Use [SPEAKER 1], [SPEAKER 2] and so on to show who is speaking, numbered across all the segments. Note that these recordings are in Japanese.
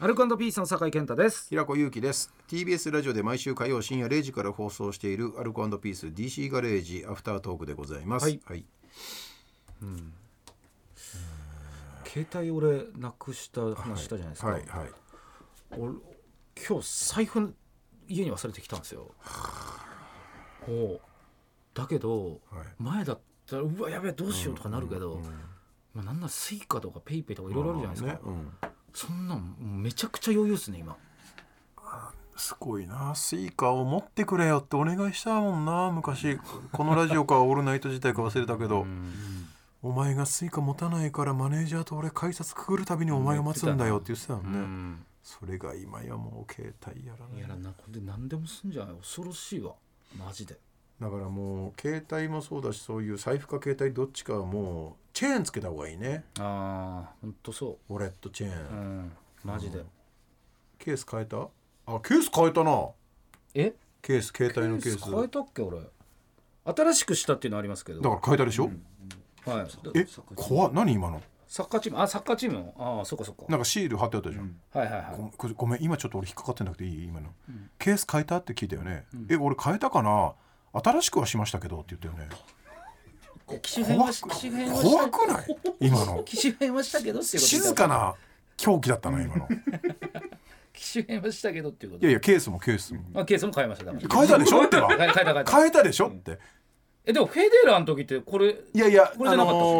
[SPEAKER 1] アルコピースの酒井健太です。
[SPEAKER 2] 平子祐希です TBS ラジオで毎週火曜深夜0時から放送しているアルコピース DC ガレージアフタートークでございます
[SPEAKER 1] はい
[SPEAKER 2] はい、
[SPEAKER 1] 携帯俺なくした話したじゃないですか。
[SPEAKER 2] はいはい
[SPEAKER 1] 俺今日財布家に忘れてきたんですよ。おだけど、
[SPEAKER 2] はい
[SPEAKER 1] 前だったらうわやべえどうしようとかなるけど、まあなんならスイカとかペイペイとかいろいろあるじゃないですか。
[SPEAKER 2] ねうん、
[SPEAKER 1] そんなんもうめちゃくちゃ余裕ですね今。
[SPEAKER 2] すごいなスイカを持ってくれよってお願いしたもんな 昔このラジオかオールナイト自体か忘れたけど、お前がスイカ持たないからマネージャーと俺改札くぐるたびにお前を待つんだよって言ってたもんね、それが今やもう携帯やらない
[SPEAKER 1] いやらなこれで何でもすんじゃない恐ろしいわマジで。
[SPEAKER 2] だからもう携帯もそうだしそういう財布か携帯どっちかはもうチェーンつけた方がいいね
[SPEAKER 1] ああ本当そ
[SPEAKER 2] ウォレットチェー
[SPEAKER 1] う。う
[SPEAKER 2] ン、
[SPEAKER 1] んマジで。
[SPEAKER 2] ケース変えたあケース変えたな
[SPEAKER 1] え？
[SPEAKER 2] ケース携帯のケース
[SPEAKER 1] 変えたっけ俺新しくしたっていうのありますけど
[SPEAKER 2] だから変えたでしょ、
[SPEAKER 1] はい
[SPEAKER 2] え怖っ何今の
[SPEAKER 1] サッカーチームあサッカーチームのああそっかそっか
[SPEAKER 2] なんかシール貼ってあったじゃん、
[SPEAKER 1] はいはいはい
[SPEAKER 2] ごごめん今ちょっと俺引っかかってなくていい今の、ケース変えたって聞いたよね、え俺変えたかな新しくはしましたけどって言ったよね
[SPEAKER 1] 機種変
[SPEAKER 2] 怖
[SPEAKER 1] は
[SPEAKER 2] く
[SPEAKER 1] 機種変は
[SPEAKER 2] 怖
[SPEAKER 1] し
[SPEAKER 2] くない今の
[SPEAKER 1] た 機種変はしたけどっていうこと
[SPEAKER 2] 静かな狂気だったな今のい
[SPEAKER 1] 機種変はしたけどっていうこと
[SPEAKER 2] やいやケースもケースも
[SPEAKER 1] あケースも変えましただから
[SPEAKER 2] 変えたでしょってば
[SPEAKER 1] 変え変えた変えた
[SPEAKER 2] 変えたでしょって
[SPEAKER 1] えでもフェデラーの時ってこれ
[SPEAKER 2] いやいや
[SPEAKER 1] これじゃなかったっすよ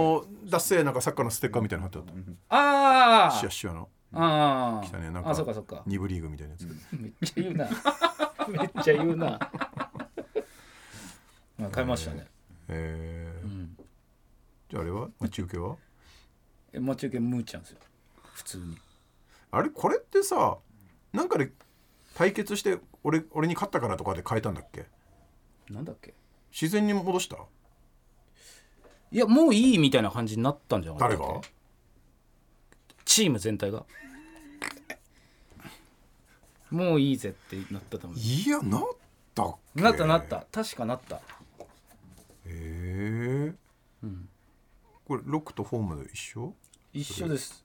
[SPEAKER 2] ーダッセーなんかサッカーのステッカーみたいなの貼ってあっ
[SPEAKER 1] あ
[SPEAKER 2] たシ
[SPEAKER 1] ー
[SPEAKER 2] ュワシュワの
[SPEAKER 1] あ
[SPEAKER 2] 汚いなん
[SPEAKER 1] ー
[SPEAKER 2] か
[SPEAKER 1] あそっかそっか
[SPEAKER 2] 2部リーグみたいなやつ
[SPEAKER 1] めっちゃ言うな めっちゃ言うなまあ変えましたね
[SPEAKER 2] えーじゃああれは待ち受けは
[SPEAKER 1] え待ち受けムーちゃんですよ普通に
[SPEAKER 2] あれこれってさなんかで対決して俺俺に勝ったからとかで変えたんだっけ
[SPEAKER 1] なんだっけ
[SPEAKER 2] 自然に戻した
[SPEAKER 1] いやもういいみたいな感じになったんじゃない
[SPEAKER 2] 誰が
[SPEAKER 1] チーム全体がもういいぜってなったと思
[SPEAKER 2] いやなったっ
[SPEAKER 1] う
[SPEAKER 2] け
[SPEAKER 1] なったなった確かなった
[SPEAKER 2] えーこれロックとフォームで一緒
[SPEAKER 1] 一緒です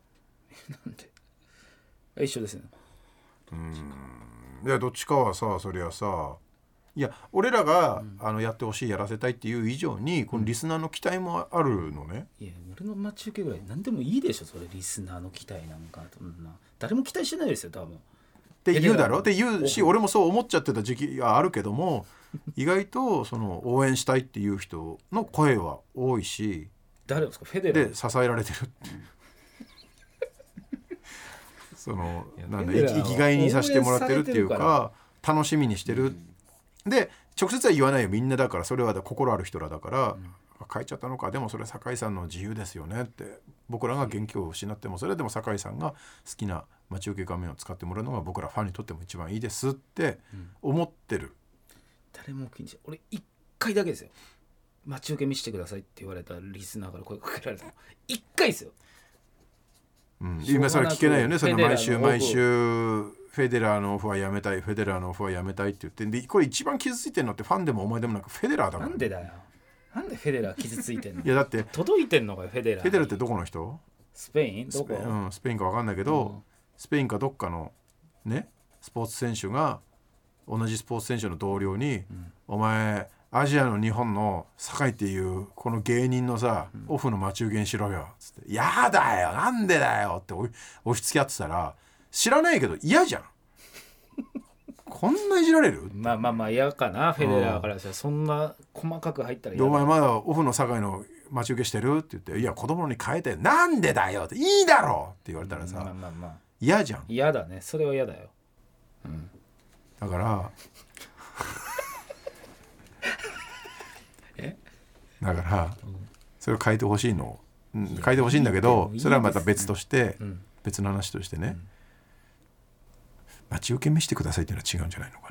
[SPEAKER 1] なんでえ一緒ですね
[SPEAKER 2] いやどっちかはさそりゃさいや俺らが、あのやってほしいやらせたいっていう以上にこのリスナーの期待もあるのね、
[SPEAKER 1] いや俺の待ち受けぐらい何でもいいでしょそれリスナーの期待なんかそんな誰も期待してないですよ多分
[SPEAKER 2] って言うだろって言うし俺もそう思っちゃってた時期があるけども意外とその応援したいっていう人の声は多いし
[SPEAKER 1] 誰ですかフェデラー
[SPEAKER 2] で支えられてるっていうそのなんだ
[SPEAKER 1] フェデラーは
[SPEAKER 2] 生きがいにさせてもらってるっていう
[SPEAKER 1] 応援さ
[SPEAKER 2] か楽しみにしてる、で直接は言わないよみんなだからそれは心ある人らだから、変えちゃったのかでもそれは酒井さんの自由ですよねって僕らが元気を失ってもそれはでも酒井さんが好きな待ち受け画面を使ってもらうのが僕らファンにとっても一番いいですって思ってる、
[SPEAKER 1] 誰も気にしない俺一回だけですよ待ち受け見せてくださいって言われたリスナーから声かけられたの一回ですよ
[SPEAKER 2] うん、今更聞けないよね
[SPEAKER 1] し
[SPEAKER 2] そ
[SPEAKER 1] ょう
[SPEAKER 2] の
[SPEAKER 1] がな
[SPEAKER 2] 毎
[SPEAKER 1] く
[SPEAKER 2] 週
[SPEAKER 1] フェデラーの
[SPEAKER 2] 毎週フェデラーのオフはやめたいフェデラーのオフはやめたいって言ってでこれ一番傷ついてるのってファンでもお前でもなくフェデラーだか
[SPEAKER 1] な
[SPEAKER 2] ら
[SPEAKER 1] んでだよなんでフェデラー傷ついてんの
[SPEAKER 2] いやだってフ
[SPEAKER 1] 届いてんのかよフェデラーに
[SPEAKER 2] ェデラーってどこの人
[SPEAKER 1] スペインどこ、
[SPEAKER 2] うん、スペインか分かんないけど、スペインかどっかのねスポーツ選手が同じスポーツ選手の同僚に「お前アジアの日本の酒井っていうこの芸人のさ、オフの待ち受けにしろよ」っつって「やだよなんでだよ」って押押し付け合ってたら知らないけど嫌じゃん。 こんないじられる
[SPEAKER 1] まあまあまあ嫌かなフェデラーからしたらそんな細かく入ったら
[SPEAKER 2] で
[SPEAKER 1] 嫌
[SPEAKER 2] お
[SPEAKER 1] だ
[SPEAKER 2] 前まだオフの酒井の待ち受けしてるって言って「いや子供に変えてなんでだよ」って「いいだろ!」って言われたら
[SPEAKER 1] まあ
[SPEAKER 2] さ
[SPEAKER 1] まあまあ
[SPEAKER 2] 嫌じゃん
[SPEAKER 1] 嫌だねそれは嫌だよ
[SPEAKER 2] だから
[SPEAKER 1] え
[SPEAKER 2] だからそれを変えてほしいのうん変えてほしいんだけど
[SPEAKER 1] いいです
[SPEAKER 2] それはまた別として別の話としてね待ち受け見せてくださいっていうのは違うんじゃないのかな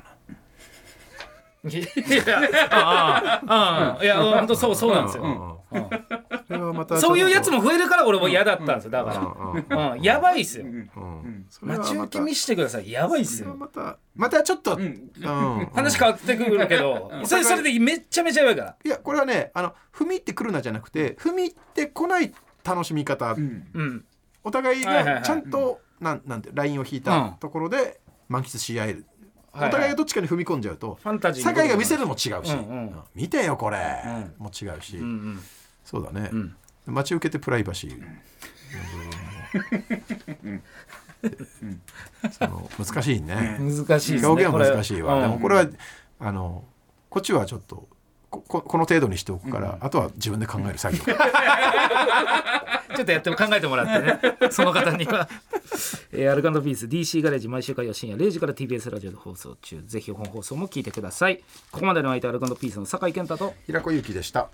[SPEAKER 2] い
[SPEAKER 1] やああああいや本当そうそうなんですよ、
[SPEAKER 2] それはまた
[SPEAKER 1] そういうやつ
[SPEAKER 2] も
[SPEAKER 1] も増えるから俺も嫌だったんですよだから、うん、やばいっすよ待ち受け見せてくださいやばいっすよ
[SPEAKER 2] またまたちょっとうん
[SPEAKER 1] 話変わってくるけどそれそれでめっちゃめちゃやばいから
[SPEAKER 2] いやこれはねあの踏み入ってくるなじゃなくて踏み入ってこない楽しみ方
[SPEAKER 1] うん
[SPEAKER 2] お互い
[SPEAKER 1] はいはいは
[SPEAKER 2] が
[SPEAKER 1] い
[SPEAKER 2] ちゃんとなんなんてラインを引いたところで満喫し合える、
[SPEAKER 1] はいはい
[SPEAKER 2] お互いがどっちかに踏み込んじゃうと
[SPEAKER 1] ファンタジーの
[SPEAKER 2] 酒井が見せるのも違うし、
[SPEAKER 1] うんうん
[SPEAKER 2] うん見てよこれ、
[SPEAKER 1] うん
[SPEAKER 2] も違うし、
[SPEAKER 1] うんうん
[SPEAKER 2] そうだね、
[SPEAKER 1] うん
[SPEAKER 2] 待ち受けてプライバシー、 その難しいね、
[SPEAKER 1] 難しいですね
[SPEAKER 2] 表現は難しい
[SPEAKER 1] こ
[SPEAKER 2] わ、
[SPEAKER 1] れ
[SPEAKER 2] で
[SPEAKER 1] うん
[SPEAKER 2] もこれはあのこっちはちょっとこここの程度にしておくから、あとは自分で考える作業
[SPEAKER 1] ちょっとやっても考えてもらってねその方には、えーアルカンドピース DC ガレージ毎週火曜深夜0時から TBS ラジオで放送中ぜひ本放送も聞いてくださいここまでの相手アルカンドピースの酒井健太と
[SPEAKER 2] 平子ゆきでした